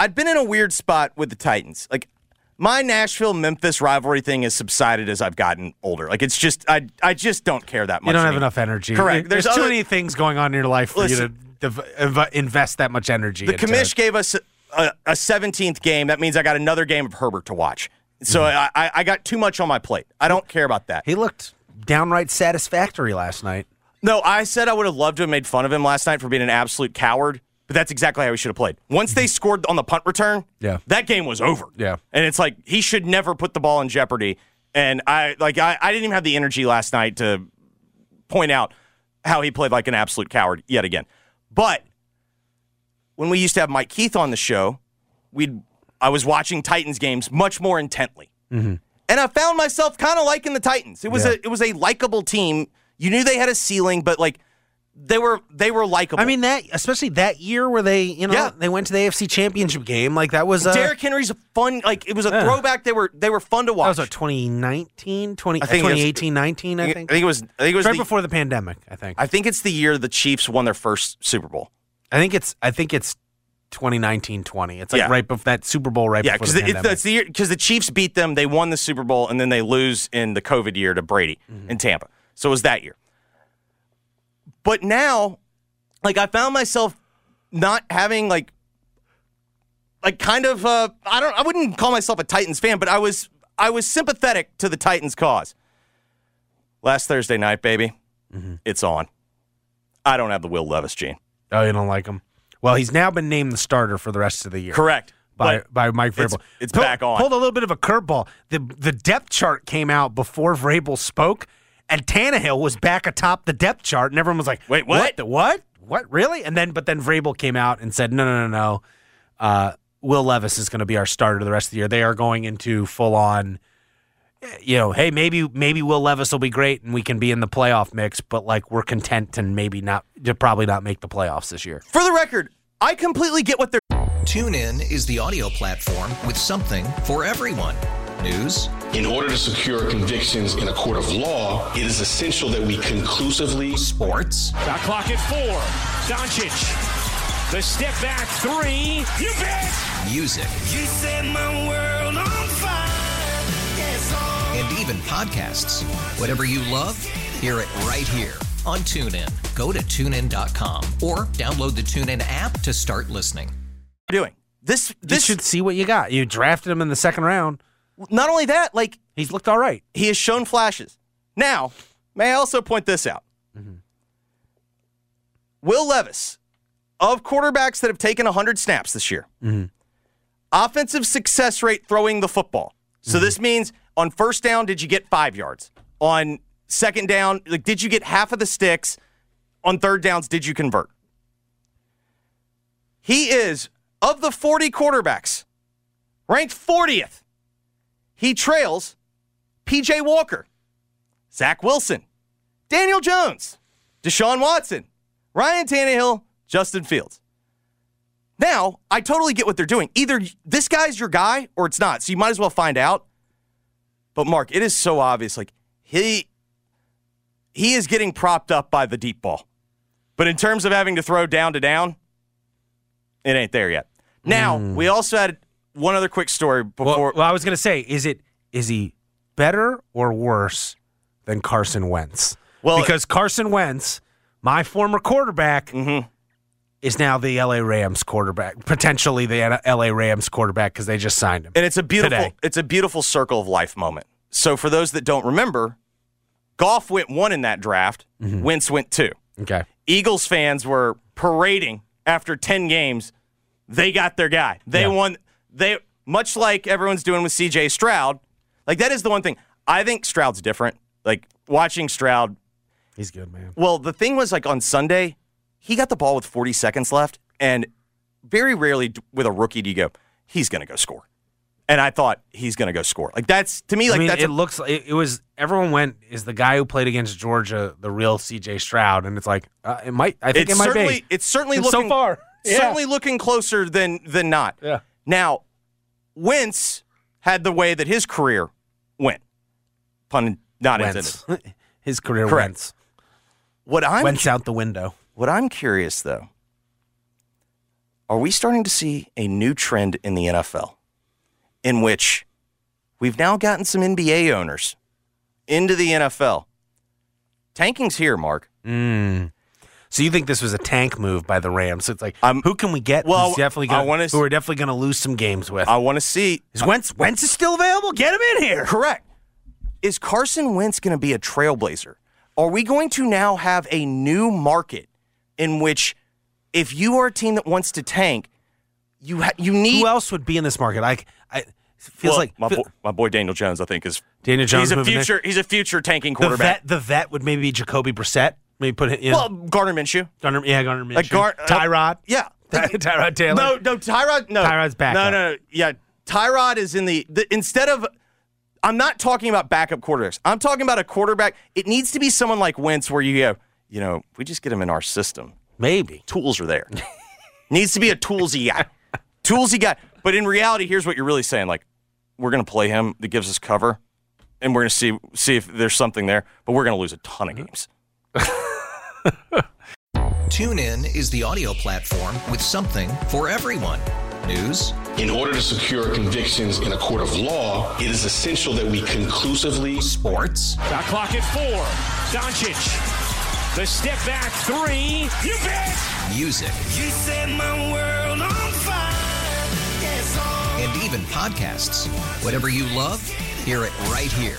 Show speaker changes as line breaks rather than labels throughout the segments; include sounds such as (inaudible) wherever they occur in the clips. I've been in a weird spot with the Titans. Like my Nashville Memphis rivalry thing has subsided as I've gotten older. Like it's just I I just don't care that much.
You don't have
anymore.
enough energy.
Correct.
There's,
There's
too
other-
many things going on in your life for
Listen.
you to div- inv- invest that much energy.
The
into.
commish gave us a, a 17th game. That means I got another game of Herbert to watch. So
Mm-hmm.
I I, I got too much on my plate. I don't care about that.
He looked downright satisfactory last night.
No, I said I would have loved to have made fun of him last night for being an absolute coward, but that's exactly how he should have played. Once they scored on the punt return,
Mm-hmm. Yeah.
that game was over.
Yeah.
And it's like he should never put the ball in jeopardy. And I like I, I didn't even have the energy last night to point out how he played like an absolute coward yet again. But when we used to have Mike Keith on the show, we'd I was watching Titans games much more intently and I found myself kind of liking the Titans. It was
Mm-hmm. Yeah.
a it was a likable team. You knew they had a ceiling, but like they were they were likable.
I mean that, especially that year where they, you know,
Yeah.
they went to the AFC Championship game. Like that was uh,
Derrick Henry's a fun. Like it was a
Yeah.
throwback. They were they were fun to
That
watch.
was what 2019, 20,
I think it was-
2018, 19, I
I
think.
think it was I think it was
right
the-
before the pandemic, I think.
I think it's the year the Chiefs won their first Super Bowl.
I think it's I think it's 2019-20. It's like
Yeah.
right before that Super Bowl right
Yeah,
before
because
the pandemic.
that's the year because the Chiefs beat them. They won the Super Bowl, and then they lose in the COVID year to Brady
Mm-hmm.
in Tampa. So it was that year. But now, like I found myself not having like, like kind of uh, I don't I wouldn't call myself a Titans fan, but I was I was sympathetic to the Titans cause. Last Thursday night, baby,
Mm-hmm.
it's on. I don't have the Will Levis gene.
oh, you don't like him. Well, he's now been named the starter for the rest of the year.
Correct.
By,
But-
by Mike
It's-
Vrabel.
it's
Pull-
back on.
Pulled a little bit of a curveball. The the depth chart came out before Vrabel spoke, and Tannehill was back atop the depth chart, and everyone was like,
Wait, what?"
the- what? What? Really?" And then, but then Vrabel came out and said, "No, no, no, no. Uh, Will Levis is going to be our starter the rest of the year. They are going into full on." eh, You know, hey, maybe maybe Will Levis will be great, and we can be in the playoff mix. But like, we're content and maybe not to probably not make the playoffs this year.
For the record, I completely get what they're.
TuneIn is the audio platform with something for everyone. News.
In order to secure convictions in a court of law, it is essential that we conclusively.
Sports.
Shot clock at four. Doncic. The step back three. You bet.
Music.
You set my world on fire. Yes, oh.
and even podcasts. Whatever you love, hear it right here on TuneIn. Go to tunein.com or download the TuneIn app to start listening.
doing. This
you
this
should see what you got. You drafted him in the second round.
not only that, like
He's looked all right.
he has shown flashes. Now, may I also point this out? Will Levis, of quarterbacks that have taken 100 snaps this year, offensive success rate throwing the football. So this means on first down, did you get five yards? On second down, like did you get half of the sticks? On third downs, did you convert? He is of the 40 quarterbacks, ranked 40th. He trails PJ Walker, Zach Wilson, Daniel Jones, Deshaun Watson, Ryan Tannehill, Justin Fields. Now, I totally get what they're doing. Either this guy's your guy or it's not. So you might as well find out. But Mark, it is so obvious like he he is getting propped up by the deep ball. But in terms of having to throw down to down, it ain't there yet. Now, we also had one other quick story
Well,
before
well, I was gonna say, is it is he better or worse than Carson Wentz?
Well- Mm-hmm.
because Carson Wentz, my former quarterback, is now the LA Rams quarterback, potentially the LA Rams quarterback because they just signed him.
And it's a beautiful
Today.
it's a beautiful circle of life moment. So for those that don't remember, Goff went one in that draft,
Mm-hmm.
Wentz went two.
Okay.
Eagles fans were parading after 10 games. They got their guy. They
Yeah.
won they much like everyone's doing with CJ Stroud. Like that is the one thing. I think Stroud's different. Like watching Stroud
He's good, man.
well, the thing was like on Sunday, he got the ball with 40 seconds left, and very rarely d- with a rookie do you go, he's going to go score. And I thought he's going to go score. Like that's to me, like
I mean,
that's
it
a-
looks like it, it was everyone went is the guy who played against Georgia the real CJ Stroud, and it's like uh, it might. I think
it's
it might
certainly
be.
it's certainly
And so
looking
far, yeah.
certainly looking closer than than not.
Yeah.
Now, Wentz had the way that his career went. Pun not intended.
Wentz. (laughs) His career
Correct.
Wentz.
What I'm
Wentz out the window.
What I'm curious though, are we starting to see a new trend in the NFL in which we've now gotten some NBA owners into the NFL? Tanking's here, Mark.
So you think this was a tank move by the Rams? So it's like
I'm-
who can we get?
Well,
who's definitely
I
gonna,
wanna
who
s-
are definitely going to lose some games with.
I want to see.
is Wentz Wentz is still available? Get him in here.
Correct. Is Carson Wentz going to be a trailblazer? Are we going to now have a new market in which if you are a team that wants to tank, you ha- you need
Who else would be in this market? Like I it feels
Well,
like
my,
feel-
bo- my boy Daniel Jones, I think, is
Daniel Jones
He's a
moving in.
future. He's a future tanking
the
quarterback.
vet. The vet would maybe be Jacoby Brissett. Maybe put him in.
Well, Gardner Minshew.
Gardner, yeah, Gardner Minshew.
Like Gar- uh,
Tyrod.
Yeah,
(laughs) Ty- Tyrod Taylor.
No, no, Tyrod. No,
Tyrod's back
No,
up.
no, no, yeah, Tyrod is in the, the instead of. I'm not talking about backup quarterbacks. I'm talking about a quarterback. It needs to be someone like Wentz, where you go, you know, we just get him in our system.
Maybe.
Tools are
(laughs)
there. needs to be a toolsy guy. Toolsy guy. But in reality, here's what you're really saying: like, we're gonna play him. That gives us cover, and we're gonna see see if there's something there. But we're gonna lose a ton of
Mm-hmm.
games.
TuneIn is the audio platform with something for everyone. News,
In order to secure convictions in a court of law, it is essential that we conclusively
sports,
Shot clock at four. Doncic. The step back three. You bet.
music,
You set my world on fire. Yes, all
and even podcasts. Whatever you love, hear it right here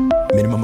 Minimum